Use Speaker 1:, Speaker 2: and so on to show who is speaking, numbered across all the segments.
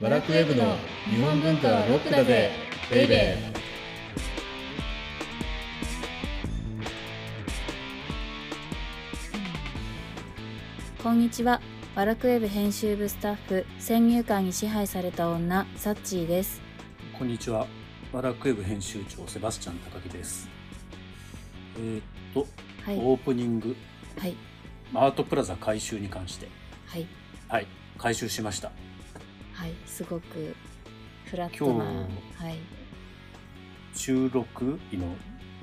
Speaker 1: バラクウェブの日本文化はロックだぜベイベー
Speaker 2: こんにちは。ワラクウェブ編集部スタッフ、先入観に支配された女、サッチーです。
Speaker 3: こんにちは。ワラクウェブ編集長セバスチャン高木です。えーっと、
Speaker 2: はい。
Speaker 3: オープニング
Speaker 2: はい。
Speaker 3: アートプラザ改修に関して、
Speaker 2: はい。
Speaker 3: はい、改修しました。
Speaker 2: はい。すごく、フラットな。
Speaker 3: 今
Speaker 2: はい。
Speaker 3: 収録日の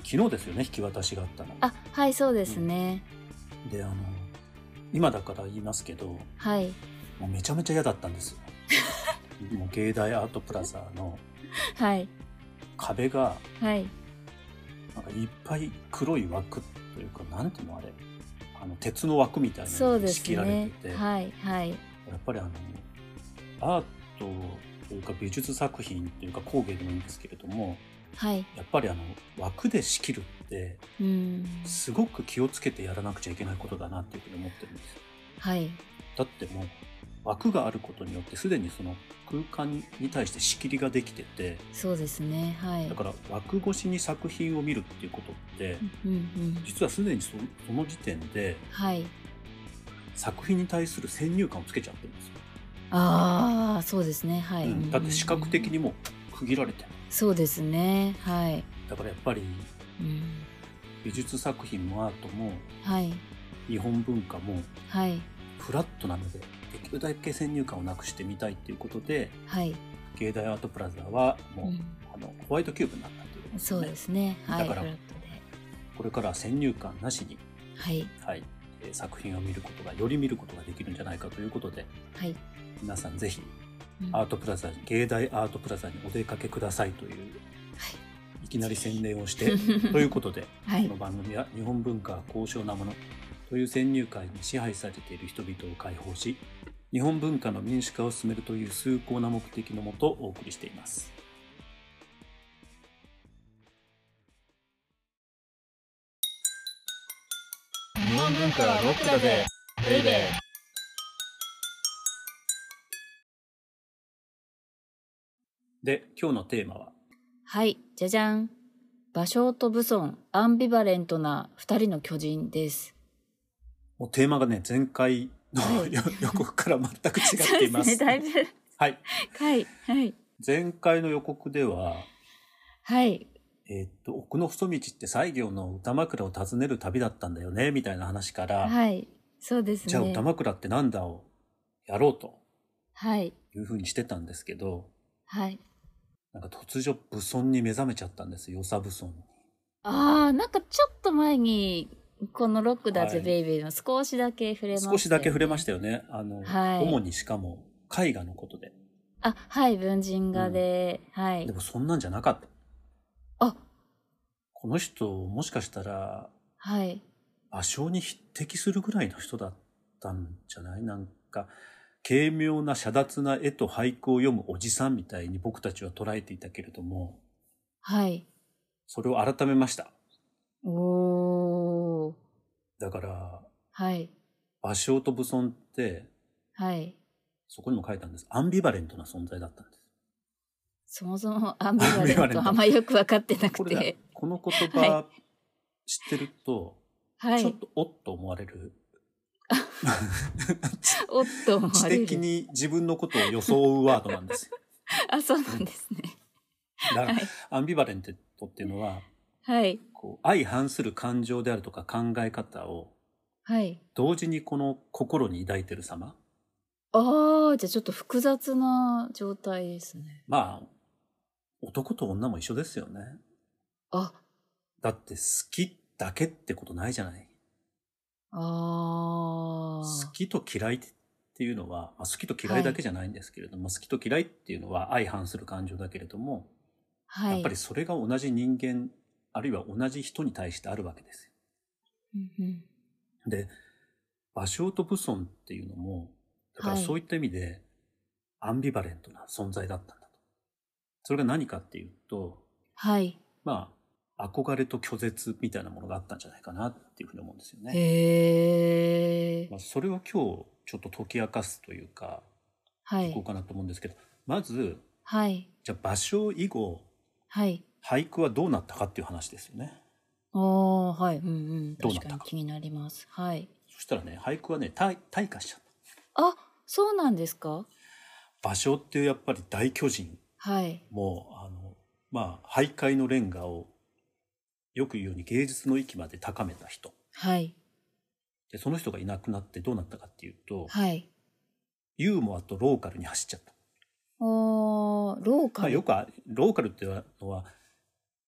Speaker 3: 昨日ですよね、引き渡しがあったの。
Speaker 2: あ、はい、そうですね。
Speaker 3: で、あの今だから言いますけど、も
Speaker 2: はい。
Speaker 3: うめちゃめちゃ嫌だったんです よ。もう芸大アートプラザの
Speaker 2: はい。
Speaker 3: 壁が
Speaker 2: はい。
Speaker 3: なんかいっぱい黒い枠というか、なんていうのあれ、あの鉄の枠みたいな
Speaker 2: そ
Speaker 3: の
Speaker 2: う
Speaker 3: に
Speaker 2: で
Speaker 3: 仕
Speaker 2: す
Speaker 3: 切られ
Speaker 2: ね
Speaker 3: てて、。
Speaker 2: はい。はい。
Speaker 3: やっぱりあのアートというか美術作品というか工芸でもいいんですけれども
Speaker 2: はい。
Speaker 3: やっぱりあの枠で仕切るって
Speaker 2: うん。
Speaker 3: すごく気をつけてやらなくちゃいけないことだなっていうふうに思ってるんですよ
Speaker 2: はい。
Speaker 3: だってもう枠があることによってすでにその空間に対して仕切りができてて
Speaker 2: そうですね。はい
Speaker 3: だ。から枠越しに作品を見るっていうことって
Speaker 2: うんうん。
Speaker 3: 実はすでにそその時点で
Speaker 2: はい。
Speaker 3: 作品に対する先入観をつけちゃってるんですよ、
Speaker 2: ああ、そうですね。はい。
Speaker 3: うんだって視覚的に
Speaker 2: も。
Speaker 3: もう区切られてる
Speaker 2: そうですね。はい。
Speaker 3: だからやっぱり
Speaker 2: うん。
Speaker 3: 美術作品もアートも
Speaker 2: はい。
Speaker 3: 日本文化も
Speaker 2: はい。
Speaker 3: フラットなのでできるだけ先入観をなくしてみたいっていうことで
Speaker 2: はい。
Speaker 3: 芸大アートプラザはもう、
Speaker 2: うん
Speaker 3: あのホワイトキューブになったということ
Speaker 2: そうですね。はい。
Speaker 3: だから
Speaker 2: フラットで。
Speaker 3: これからは先入観なしに、
Speaker 2: はい。
Speaker 3: はい、えー作品を見ることがより見ることができるんじゃないかということで
Speaker 2: はい。
Speaker 3: 皆さんぜひ
Speaker 2: うん
Speaker 3: アートプラザ芸大アートプラザにお出かけくださいという、い、きなり宣伝を してということで
Speaker 2: は
Speaker 3: こ
Speaker 2: い
Speaker 3: の。番組は日本文化は高尚なものという先入観に支配されている人々を解放し日本文化の民主化を進めるという崇高な目的のもとお送りしています。
Speaker 1: 日本文化はロックだぜベイベ
Speaker 3: で今日のテーマは
Speaker 2: はい。じゃじゃん。芭蕉と武尊、アンビバレントな二人の巨人です。
Speaker 3: もうテーマがね前回の
Speaker 2: はい
Speaker 3: よ 予告から全く違っていま。
Speaker 2: そうですね。だいぶ。
Speaker 3: はい、
Speaker 2: はい。はい。
Speaker 3: 前回の予告では、
Speaker 2: はい。
Speaker 3: えーっと奥の細道って西行の歌枕を訪ねる旅だったんだよねみたいな話から、
Speaker 2: はい。そうですね。
Speaker 3: じゃあ歌枕ってなんだをやろうと
Speaker 2: はい。
Speaker 3: いうふうにしてたんですけど
Speaker 2: はい。
Speaker 3: なんか突如武尊に目覚めちゃったんですよ、さ武尊に。
Speaker 2: ああ、なんかちょっと前に、このロックだぜ、
Speaker 3: はい
Speaker 2: ベイベーの少しだけ触れました、
Speaker 3: 少しだけ触れました
Speaker 2: よ。
Speaker 3: よね。あの、
Speaker 2: はい
Speaker 3: 主にしかも絵画のことで。
Speaker 2: あ、はい、文人画で、はい
Speaker 3: で。もそんなんじゃなかった。
Speaker 2: あ、
Speaker 3: この人、もしかしたら、
Speaker 2: はい。
Speaker 3: 芭蕉に匹敵するぐらいの人だったんじゃないなんか、軽妙な遮奪な絵と俳句を読むおじさんみたいに僕たちは捉えていたけれども、
Speaker 2: はい。
Speaker 3: それを改めました。
Speaker 2: おー。
Speaker 3: だから、
Speaker 2: はい。
Speaker 3: 芭蕉と武尊って、
Speaker 2: はい。
Speaker 3: そこにも書いたんです。アンビバレントな存在だったんです。
Speaker 2: そもそもアンビバレ
Speaker 3: アンビバ
Speaker 2: ン
Speaker 3: レン
Speaker 2: ト
Speaker 3: ト
Speaker 2: あんまよく分かってな
Speaker 3: こ
Speaker 2: く
Speaker 3: れね
Speaker 2: て。
Speaker 3: この言葉知ってると、
Speaker 2: は
Speaker 3: ちょっ
Speaker 2: い。
Speaker 3: とおっと思われる。
Speaker 2: おっと思
Speaker 3: 知
Speaker 2: われ
Speaker 3: 的
Speaker 2: る。
Speaker 3: に自分のことを装うワードな んですよ。
Speaker 2: あ、そうなんですね。
Speaker 3: だから
Speaker 2: はい、
Speaker 3: アンビバレントっていうのは、
Speaker 2: はい。
Speaker 3: こう相反する感情であるとか考え方を
Speaker 2: はい。
Speaker 3: 同時にこの心に抱いてる様。
Speaker 2: ああ、じゃあちょっと複雑な状態ですね。
Speaker 3: まあ、男と女も一緒ですよね。
Speaker 2: あ、
Speaker 3: だって好きだけってことないじゃない。
Speaker 2: あ
Speaker 3: 好きと嫌いっていうのは、まあ、好きと嫌いだけじゃないんですけれども、好きと嫌いっていうのは相反する感情だけれども、
Speaker 2: あ。はい。
Speaker 3: やっぱりそれが同じ人間あるいは同じ人に対してあるわけです
Speaker 2: うんうん
Speaker 3: よ。で芭蕉と武尊っていうのもだから
Speaker 2: はい
Speaker 3: そういった意味でアンビバレントな存在だったんだと。それが何かっていうと
Speaker 2: はい。
Speaker 3: まあ憧れと拒絶みたいなものがあったんじゃないかなっていうふうに思うんですよね。
Speaker 2: へえ
Speaker 3: ま。あ、それを今日ちょっと解き明かすというか
Speaker 2: は
Speaker 3: こう
Speaker 2: い。
Speaker 3: かなと思うんですけど、まず
Speaker 2: はい
Speaker 3: じゃあ芭蕉以後
Speaker 2: はい
Speaker 3: 俳句はどうなったかっていう話ですよね
Speaker 2: おーはいうんうん
Speaker 3: どう
Speaker 2: 確
Speaker 3: な
Speaker 2: か
Speaker 3: ったか
Speaker 2: に気になりますはい
Speaker 3: そしたらね俳句はね退退化しちゃっ
Speaker 2: あそうなんですか
Speaker 3: た芭蕉っていうやっぱり大巨人
Speaker 2: はい
Speaker 3: もうあのまあ徘徊のレンガをよく言うように芸術の域まで高めた人
Speaker 2: はい
Speaker 3: でその人がいなくなってどうなったかっていうと
Speaker 2: はい
Speaker 3: ユーモアとローカルに走っちゃった、
Speaker 2: おーロー
Speaker 3: ま
Speaker 2: カ
Speaker 3: あ、
Speaker 2: ル
Speaker 3: よくあローカルっていうのは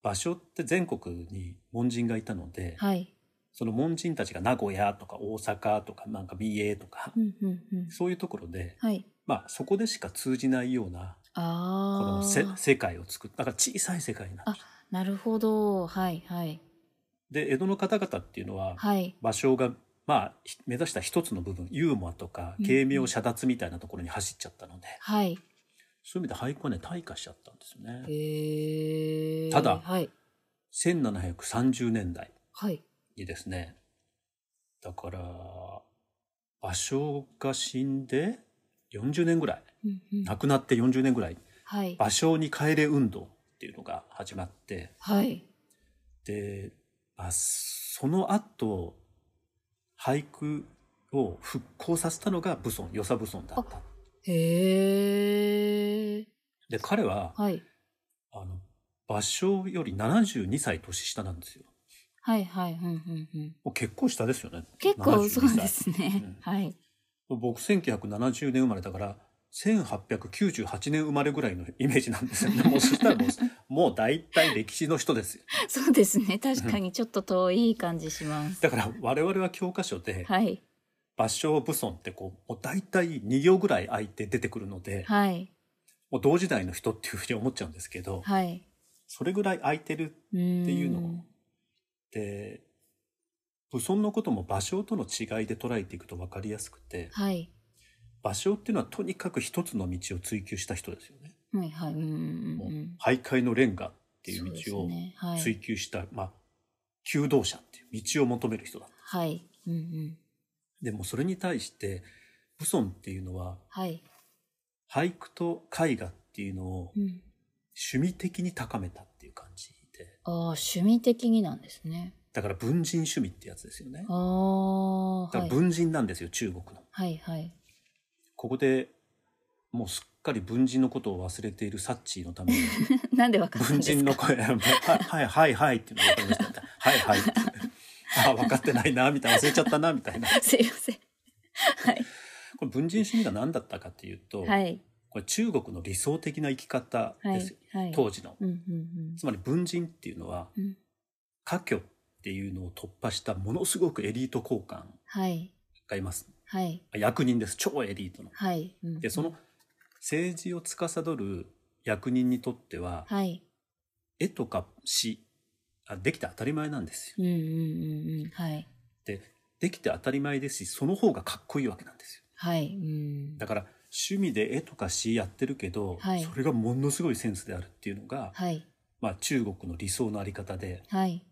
Speaker 3: 場所って全国に門人がいたので、
Speaker 2: はい
Speaker 3: その門人たちが名古屋とか大阪とかなんか BA とか、
Speaker 2: うんうんうん
Speaker 3: そういうところで、
Speaker 2: はい
Speaker 3: まあ、そこでしか通じないようなこ
Speaker 2: あ
Speaker 3: のせ
Speaker 2: あ
Speaker 3: 世界を作っただから小さい世界になっちゃう
Speaker 2: なるほどはいはい
Speaker 3: で江戸の方々っていうのは
Speaker 2: はい
Speaker 3: 場所が、まあ、ひ目指した一つの部分ユーモアとか
Speaker 2: うん
Speaker 3: 軽妙遮奪みたいなところに走っちゃったので、
Speaker 2: はい
Speaker 3: そういう意味で俳句はね退化しちゃったんですよね。
Speaker 2: へえ
Speaker 3: ただ
Speaker 2: はい
Speaker 3: 1730年代
Speaker 2: はい
Speaker 3: にですねだから芭蕉が死んで40年ぐらい
Speaker 2: うんうん
Speaker 3: 亡くなって40年ぐらい
Speaker 2: はい
Speaker 3: 芭蕉に帰れ運動っていうのが始まって
Speaker 2: はい
Speaker 3: で、まあ、その後俳句を復興させたのが武尊与謝武尊だった
Speaker 2: へえ
Speaker 3: で彼は、
Speaker 2: はい
Speaker 3: あの芭蕉より72歳年下なんですよ
Speaker 2: はいはいうんうんうん
Speaker 3: もう結構下ですよね
Speaker 2: 結構
Speaker 3: 72
Speaker 2: そうで
Speaker 3: 歳
Speaker 2: すね、はい
Speaker 3: 僕1970年生まれだから1898年生まれぐらいのイメージなんですよ ね。もうそしたらもうもう大体歴史の人ですよ。
Speaker 2: そうですね確かにちょっと遠い感じします
Speaker 3: だから我々は教科書で
Speaker 2: はい
Speaker 3: 「芭蕉武尊」ってこうもう大体2行ぐらい空いて出てくるので、
Speaker 2: はい
Speaker 3: もう同時代の人っていうふうに思っちゃうんですけど、
Speaker 2: はい
Speaker 3: それぐらい空いてる
Speaker 2: うーん
Speaker 3: っていうのをって武尊のことも芭蕉との違いで捉えていくと分かりやすくて
Speaker 2: はい
Speaker 3: 芭蕉っていうのはとにかく一つの道を追求した人ですよね。
Speaker 2: はいはいうんうん
Speaker 3: も
Speaker 2: う
Speaker 3: うん
Speaker 2: っ
Speaker 3: 徘徊のレンガっていう道を
Speaker 2: ね、はい
Speaker 3: 追求した、まあ求道者っていう道を求める人だ
Speaker 2: はいうんうん
Speaker 3: でもそれに対して武尊っていうのは
Speaker 2: はい
Speaker 3: 俳句と絵画っていうのを
Speaker 2: うん
Speaker 3: 趣味的に高めたっていう感じで
Speaker 2: ああ趣味的になんですね
Speaker 3: だから文人趣味ってやつですよね
Speaker 2: ああ
Speaker 3: だから
Speaker 2: はい
Speaker 3: 文人なんですよ、中国の
Speaker 2: はいはい
Speaker 3: ここでもうすっかり文人のことを忘れているサッチーのために
Speaker 2: なんでわかったん
Speaker 3: 文
Speaker 2: です
Speaker 3: 人の
Speaker 2: か
Speaker 3: 声はいはいはいはいっていうのが分かりましたはいはいあ分かってないなみたいな忘れちゃったなみたいな
Speaker 2: すいません
Speaker 3: これ文人主義が何だったかっていうと、
Speaker 2: はい
Speaker 3: これ中国の理想的な生き方
Speaker 2: は
Speaker 3: で
Speaker 2: い
Speaker 3: すよ、
Speaker 2: はい
Speaker 3: 当時の。
Speaker 2: うんうん
Speaker 3: つまり文人っていうのは
Speaker 2: うんうん
Speaker 3: 科挙っていうのを突破したものすごくエリート高官
Speaker 2: はい
Speaker 3: がいます。
Speaker 2: はい
Speaker 3: 役人です超エリートの。
Speaker 2: はいうん
Speaker 3: でその政治を司る役人にとっては
Speaker 2: はい
Speaker 3: 絵とか詩あできて当たり前なんですよ。
Speaker 2: うんうんうんうんはい
Speaker 3: でできて当たり前ですしその方がかっこいいわけなんですよ。
Speaker 2: はいうん
Speaker 3: だから趣味で絵とか詩やってるけど、
Speaker 2: はい
Speaker 3: それがものすごいセンスであるっていうのが、
Speaker 2: はい
Speaker 3: まあ、中国の理想のあり方で
Speaker 2: はい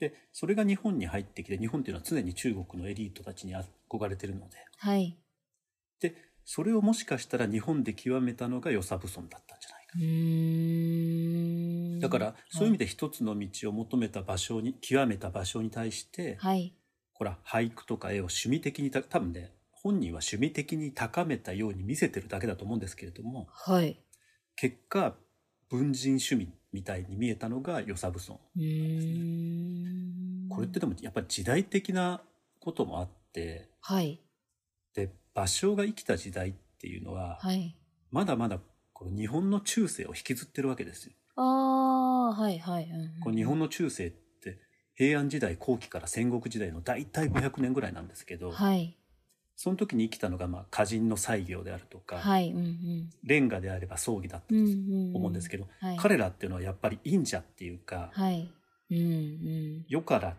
Speaker 3: でそれが日本に入ってきて日本っていうのは常に中国のエリートたちに憧れてるの
Speaker 2: はい
Speaker 3: ででそれをもしかしたら日本で極めたのが与謝武尊だったんじゃないか
Speaker 2: うーん
Speaker 3: だからそういう意味
Speaker 2: で
Speaker 3: で一つの道を求めた場所に極めた場所に対して
Speaker 2: はい
Speaker 3: これは俳句とか絵を趣味的にた多分ね本人は趣味的に高めたように見せてるだけだと思うんですけれども
Speaker 2: はい
Speaker 3: 結果文人趣味みたいに見えたのが与謝武尊
Speaker 2: うーん
Speaker 3: これってでもやっぱり時代的なこともあって
Speaker 2: はい
Speaker 3: で芭蕉が生きた時代っていうのは、
Speaker 2: はい
Speaker 3: まだまだこの日本の中世を引きずってるわけですよ。
Speaker 2: ああはいはいうんうん
Speaker 3: この日本の中世って平安時代後期から戦国時代の大体500年ぐらいなんですけど、
Speaker 2: はい
Speaker 3: その時に生きたのがまあ歌人の西行であるとか、
Speaker 2: はいうん
Speaker 3: レンガであれば葬儀だった
Speaker 2: う
Speaker 3: と
Speaker 2: んうんうん
Speaker 3: 思うんですけど、
Speaker 2: はい
Speaker 3: 彼らっていうのはやっぱり忍者っていうか、
Speaker 2: はいうんうん
Speaker 3: 世から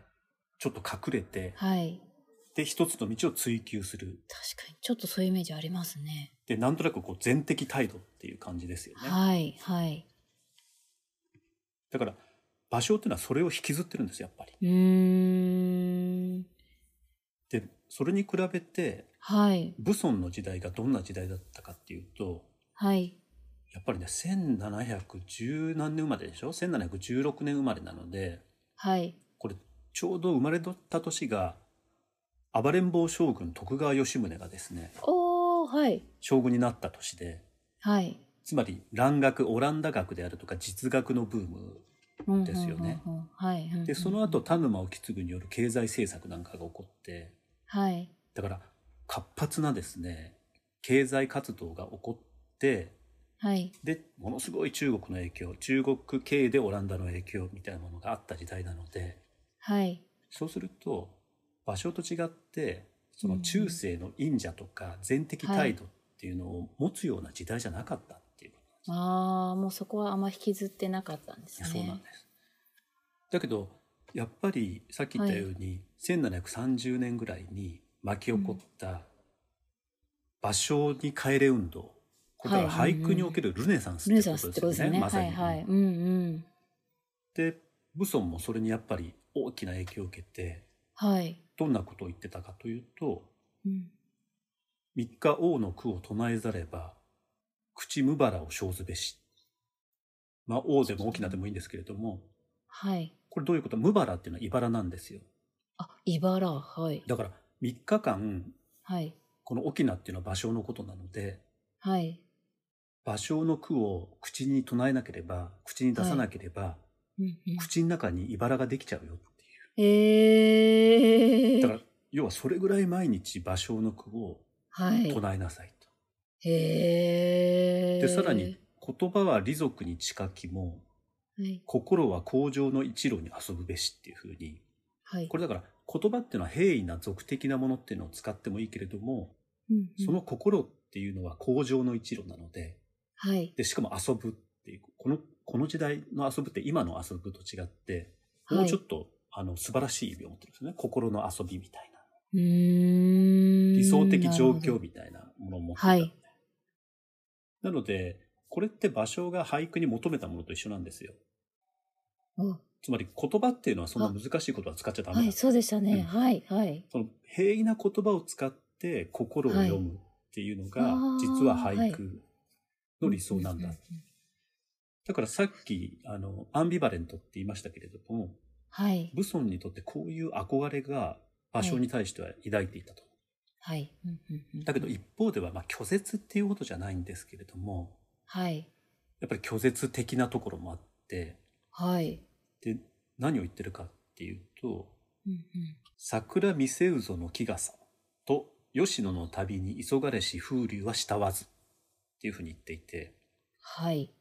Speaker 3: ちょっと隠れて
Speaker 2: はい
Speaker 3: で一つの道を追求する
Speaker 2: 確かにちょっとそういうイメージありますね
Speaker 3: でなんとなくこう全的態度っていう感じですよね。
Speaker 2: はいはい
Speaker 3: だから芭蕉っていうのはそれを引きずってるんですよやっぱり。
Speaker 2: うーん
Speaker 3: でそれに比べて
Speaker 2: はい
Speaker 3: 武尊の時代がどんな時代だったかっていうと
Speaker 2: はい
Speaker 3: やっぱりね、1710何年生まれでしょ ?1716 年生まれなので、
Speaker 2: はい。
Speaker 3: これ、ちょうど生まれた年が、暴れん坊将軍徳川吉宗がですね、
Speaker 2: おー、はい。
Speaker 3: 将軍になった年で、
Speaker 2: はい。
Speaker 3: つまり蘭学、オランダ学であるとか実学のブーム。
Speaker 2: うんうんうんうん
Speaker 3: ですよね。
Speaker 2: はい。うんうん
Speaker 3: で、その後、、田沼意次による経済政策なんかが起こって、
Speaker 2: はい。
Speaker 3: だから、活発なですね、経済活動が起こって、
Speaker 2: はい。
Speaker 3: で、ものすごい中国の影響、中国経営でオランダの影響みたいなものがあった時代なので、
Speaker 2: はい。
Speaker 3: そうすると、場所と違って、その中世の忍者とか全的態度っていうのを持つような時代じゃなかったっていうこと
Speaker 2: ああ、もうそこはあんま引きずってなかったんです
Speaker 3: なんです、
Speaker 2: ね。
Speaker 3: そうなんです。だけど、やっぱりさっき言ったように、1730年ぐらいに巻き起こった場所に帰れ運動。これだから
Speaker 2: はい
Speaker 3: 俳句におけるルネサンス
Speaker 2: ル
Speaker 3: っ
Speaker 2: ネ
Speaker 3: て
Speaker 2: サ
Speaker 3: こ
Speaker 2: ンス
Speaker 3: と
Speaker 2: っ
Speaker 3: です
Speaker 2: てことですよ
Speaker 3: よね。
Speaker 2: ね。
Speaker 3: まさ
Speaker 2: は
Speaker 3: に。
Speaker 2: いはい。うんうん。
Speaker 3: で、武尊もそれにやっぱり大きな影響を受けて、
Speaker 2: はい。
Speaker 3: どんなことを言ってたかというと、
Speaker 2: うん
Speaker 3: 三日王の句を唱えざれば、口無腹を生ずべし。まあ、王でも大きなでもいいんですけれども、
Speaker 2: はい。
Speaker 3: これどういうこと無腹っていうのは茨なんですよ。
Speaker 2: あ、茨。はい。
Speaker 3: だから、3日間、
Speaker 2: はい。
Speaker 3: この沖縄っていうのは芭蕉のことなので、
Speaker 2: はい。
Speaker 3: 芭蕉の句を口に唱えなければ、口に出さなければ、
Speaker 2: うんうん
Speaker 3: 口の中に茨ができちゃうよって
Speaker 2: え
Speaker 3: いう。
Speaker 2: え
Speaker 3: だから、要はそれぐらい毎日芭蕉の句を
Speaker 2: はい。
Speaker 3: 唱えなさいと。
Speaker 2: へえ
Speaker 3: で、さらに、、言葉は利俗に近きも、
Speaker 2: はい。
Speaker 3: 心は向上の一路に遊ぶべしっていうふうに、
Speaker 2: はい。
Speaker 3: これだから言葉っていうのは平易な俗的なものっていうのを使ってもいいけれども、
Speaker 2: うんうん
Speaker 3: その、心っていうのは向上の一路なので、
Speaker 2: はい。
Speaker 3: で、しかも遊ぶっていう、この、この時代の遊ぶって今の遊ぶと違って、も
Speaker 2: は
Speaker 3: う
Speaker 2: い
Speaker 3: ちょっと、あの、素晴らしい意味を持ってるんですよね。心の遊びみたいな。
Speaker 2: うーん
Speaker 3: 理想的状況
Speaker 2: なる
Speaker 3: みたいなものを持ってた
Speaker 2: は
Speaker 3: んで
Speaker 2: い
Speaker 3: なので、これって場所が俳句に求めたものと一緒なんですよ。
Speaker 2: ほど
Speaker 3: つまり言葉っていうのはそんな難しいことは使っちゃダ
Speaker 2: あ
Speaker 3: メな
Speaker 2: はい、
Speaker 3: んです
Speaker 2: そうでしたね。
Speaker 3: うん
Speaker 2: はい、はい。
Speaker 3: その平易な言葉を使って心を読むっていうのが、
Speaker 2: はい
Speaker 3: 実は
Speaker 2: あーは
Speaker 3: 俳
Speaker 2: い
Speaker 3: 句の理想なんだ。
Speaker 2: ううう
Speaker 3: だからさっき、あの、アンビバレントって言いましたけれども、
Speaker 2: はい、
Speaker 3: 武尊にとってこういう憧れが場所に対しては抱いていたと。
Speaker 2: はい。うんうんうん
Speaker 3: だけど、一方では、まあ、拒絶っていうことじゃないんですけれども、
Speaker 2: はい、
Speaker 3: やっぱり拒絶的なところもあって、
Speaker 2: はい。
Speaker 3: で、何を言ってるかっていうと、
Speaker 2: うんうん
Speaker 3: 桜見せうぞの木がさと吉野の旅に急がれし風流は慕わずっていうふうに言っていて
Speaker 2: はい。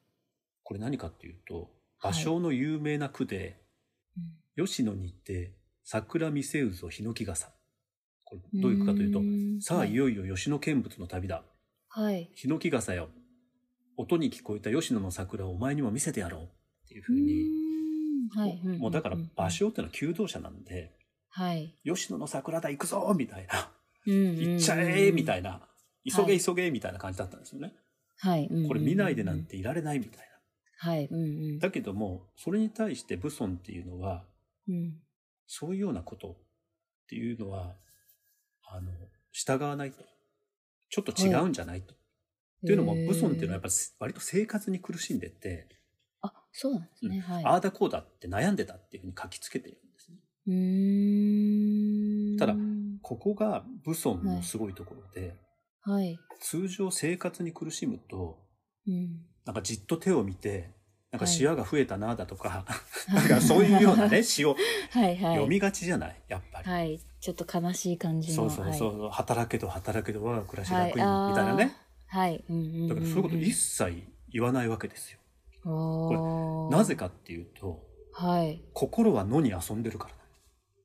Speaker 3: これ何かっていうと
Speaker 2: は
Speaker 3: 芭
Speaker 2: い
Speaker 3: 蕉の有名な句で、
Speaker 2: うん
Speaker 3: 吉野に行って桜見せうぞヒノキがさこれどういう句かというと
Speaker 2: うーん
Speaker 3: さあ
Speaker 2: はい
Speaker 3: いよいよ吉野見物の旅だ
Speaker 2: はい。
Speaker 3: ヒノキがさよ音に聞こえた吉野の桜をお前にも見せてやろうっていうふうに
Speaker 2: うーんはい。んんん
Speaker 3: もうだから芭蕉っていうのは求道者なんで
Speaker 2: はい。
Speaker 3: 吉野の桜だ行くぞみたいな行
Speaker 2: 行
Speaker 3: っちゃえみた
Speaker 2: い
Speaker 3: いな、急
Speaker 2: は
Speaker 3: げ
Speaker 2: い
Speaker 3: 急げみたいな感じだったんですよね。
Speaker 2: な。はい。
Speaker 3: これ見ないでなん。ていられないみたいな。
Speaker 2: はい。うんうん。
Speaker 3: だけども、それに対して武尊っていうのは、
Speaker 2: うん
Speaker 3: そういうようなことっていうのは、あの、従わないと。ちょっと違うんじゃないと。っていうのも、武尊っていうのはやっぱり割と生活に苦しんでて、
Speaker 2: あ、そうなんですね。はい。
Speaker 3: ああだこうだって悩んでたっていうふうに書きつけてるんですね。
Speaker 2: うーん。
Speaker 3: ただここが武尊のすごいところで、
Speaker 2: はい。
Speaker 3: 通常生活に苦しむと、
Speaker 2: うん。
Speaker 3: なんかじっと手を見て、なんか
Speaker 2: はい
Speaker 3: 視野が増えたなだ とか、なんか そういうようなね、詩を
Speaker 2: はいはい。
Speaker 3: 読みがちじゃない、やっぱり。
Speaker 2: はい。ちょっと悲しい感じ
Speaker 3: そ
Speaker 2: の。
Speaker 3: うそうそう、働けど働けど我が暮らし
Speaker 2: はい。
Speaker 3: 楽に、みたいなね。
Speaker 2: はい。はい。うんうんんん。
Speaker 3: だからそういうこと一切言わないわけですよ。
Speaker 2: こ
Speaker 3: なぜかっていうと、
Speaker 2: はい。
Speaker 3: 心は野に遊んでるからなんです。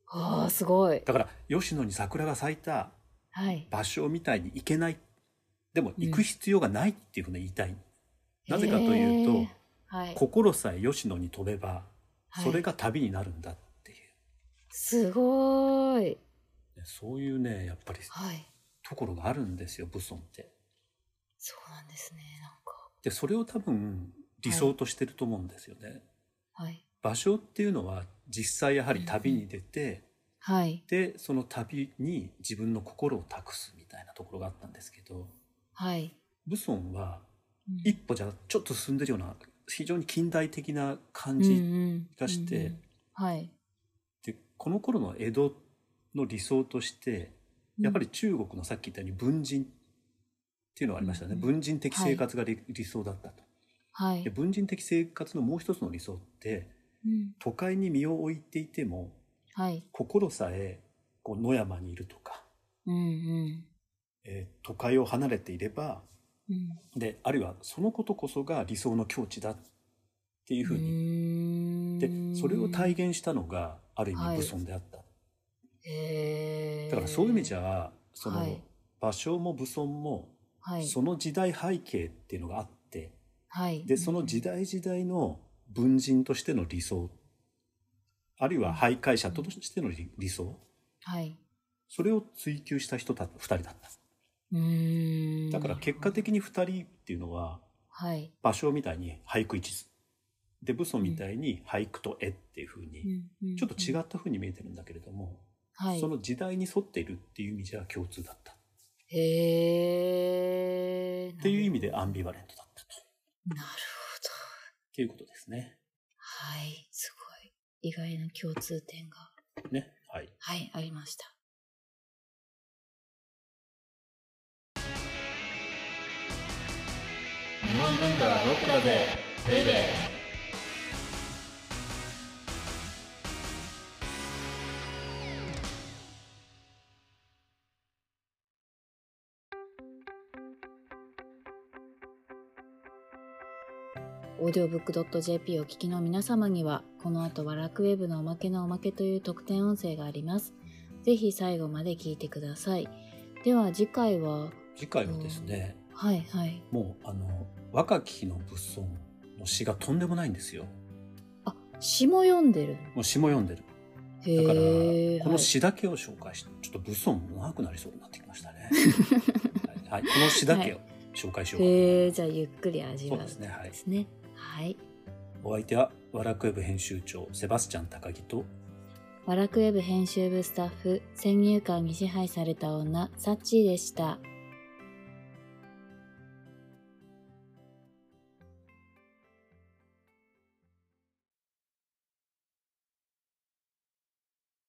Speaker 2: ああ、すごい。
Speaker 3: だから、吉野に桜が咲いた
Speaker 2: はい。
Speaker 3: 場所みたいに行けない。でも行く必要がないっていうふうに言いたい。なぜかという
Speaker 2: へ
Speaker 3: と
Speaker 2: ー、はい。
Speaker 3: 心さえ吉野に飛べば、それ
Speaker 2: はい。
Speaker 3: が旅になるんだっていう。
Speaker 2: すごい。
Speaker 3: ねそういうね、やっぱり
Speaker 2: はい。
Speaker 3: ところがあるんですよ、武尊って。
Speaker 2: そうなんですね。なんか。
Speaker 3: で、それを多分理想としてると思うんですよね。
Speaker 2: はい。
Speaker 3: 場所っていうのは実際やはり旅に出て、
Speaker 2: はい。
Speaker 3: で、その旅に自分の心を託すみたいなところがあったんですけど、
Speaker 2: はい。
Speaker 3: 武尊は
Speaker 2: うん
Speaker 3: 一歩じゃちょっと進んでるような非常に近代的な感
Speaker 2: うんう
Speaker 3: じ
Speaker 2: ん
Speaker 3: がして、
Speaker 2: うんうんはい
Speaker 3: でこの頃の江戸の理想としてやっぱり中国のさっき言ったように文人っていうのがありましたね、
Speaker 2: うん
Speaker 3: 文人的生活が理,、理想だったと
Speaker 2: はい
Speaker 3: で文人的生活のもう一つの理想って
Speaker 2: うん
Speaker 3: 都会に身を置いていても
Speaker 2: はい
Speaker 3: 心さえこう野山にいるとか、
Speaker 2: うんうん
Speaker 3: えー都会を離れていれば
Speaker 2: うん
Speaker 3: であるいはそのことこそが理想の境地だっていうふうに、
Speaker 2: に
Speaker 3: でそれを体現したのがある意
Speaker 2: は
Speaker 3: 味
Speaker 2: い
Speaker 3: 武尊であった、
Speaker 2: へー
Speaker 3: だからそういう意味じゃその、
Speaker 2: はい
Speaker 3: 芭蕉も武尊も
Speaker 2: はい
Speaker 3: その時代背景っていうのがあって
Speaker 2: はい
Speaker 3: でその時代時代の文人としての理想あるいは徘徊者としての理理想
Speaker 2: はい
Speaker 3: それを追求した人た2人だった
Speaker 2: うーん
Speaker 3: だから結果的に2人っていうのは
Speaker 2: はい
Speaker 3: 芭蕉みたいに俳句一途で武装みたいに俳句と絵っていうふうにちょっと違
Speaker 2: う
Speaker 3: ったふうに見えてるんだけれども、
Speaker 2: ん、はい、
Speaker 3: その時代に沿っているっていう意味じゃ共通だったっ
Speaker 2: へえ
Speaker 3: ていう意味でアンビバレントだったと
Speaker 2: なるほど
Speaker 3: っていうことですね。
Speaker 2: はいすごい意外な共通点が
Speaker 3: ねはい
Speaker 2: はいありました
Speaker 1: 日本文化はロックだぜベイベー
Speaker 2: オーディオブックドット JP をお聞きの皆様には、この後はラクウェブのおまけのおまけという特典音声があります。ぜひ最後まで聞いてください。では次回は、
Speaker 3: 次回はですね、
Speaker 2: はいはい。
Speaker 3: もうあの若き日の仏尊の詩がとんでもないんですよ
Speaker 2: あ、詩も読んでる。
Speaker 3: もう詩も読んでる
Speaker 2: へ
Speaker 3: だから
Speaker 2: え。
Speaker 3: この詩だけを紹介してちょっと仏尊も長くなりそうになってきまし たねはい、はい、この詩だけを紹介しよう
Speaker 2: はい、
Speaker 3: かな、
Speaker 2: へえ、じゃあゆっくり味
Speaker 3: そう
Speaker 2: わう
Speaker 3: で
Speaker 2: ん
Speaker 3: すねはい
Speaker 2: ですね。はい。
Speaker 3: お相手はワラクウェブ編集長セバスチャン高木と
Speaker 2: ワラクウェブ編集部スタッフ、先入観に支配された女、サッチーでした。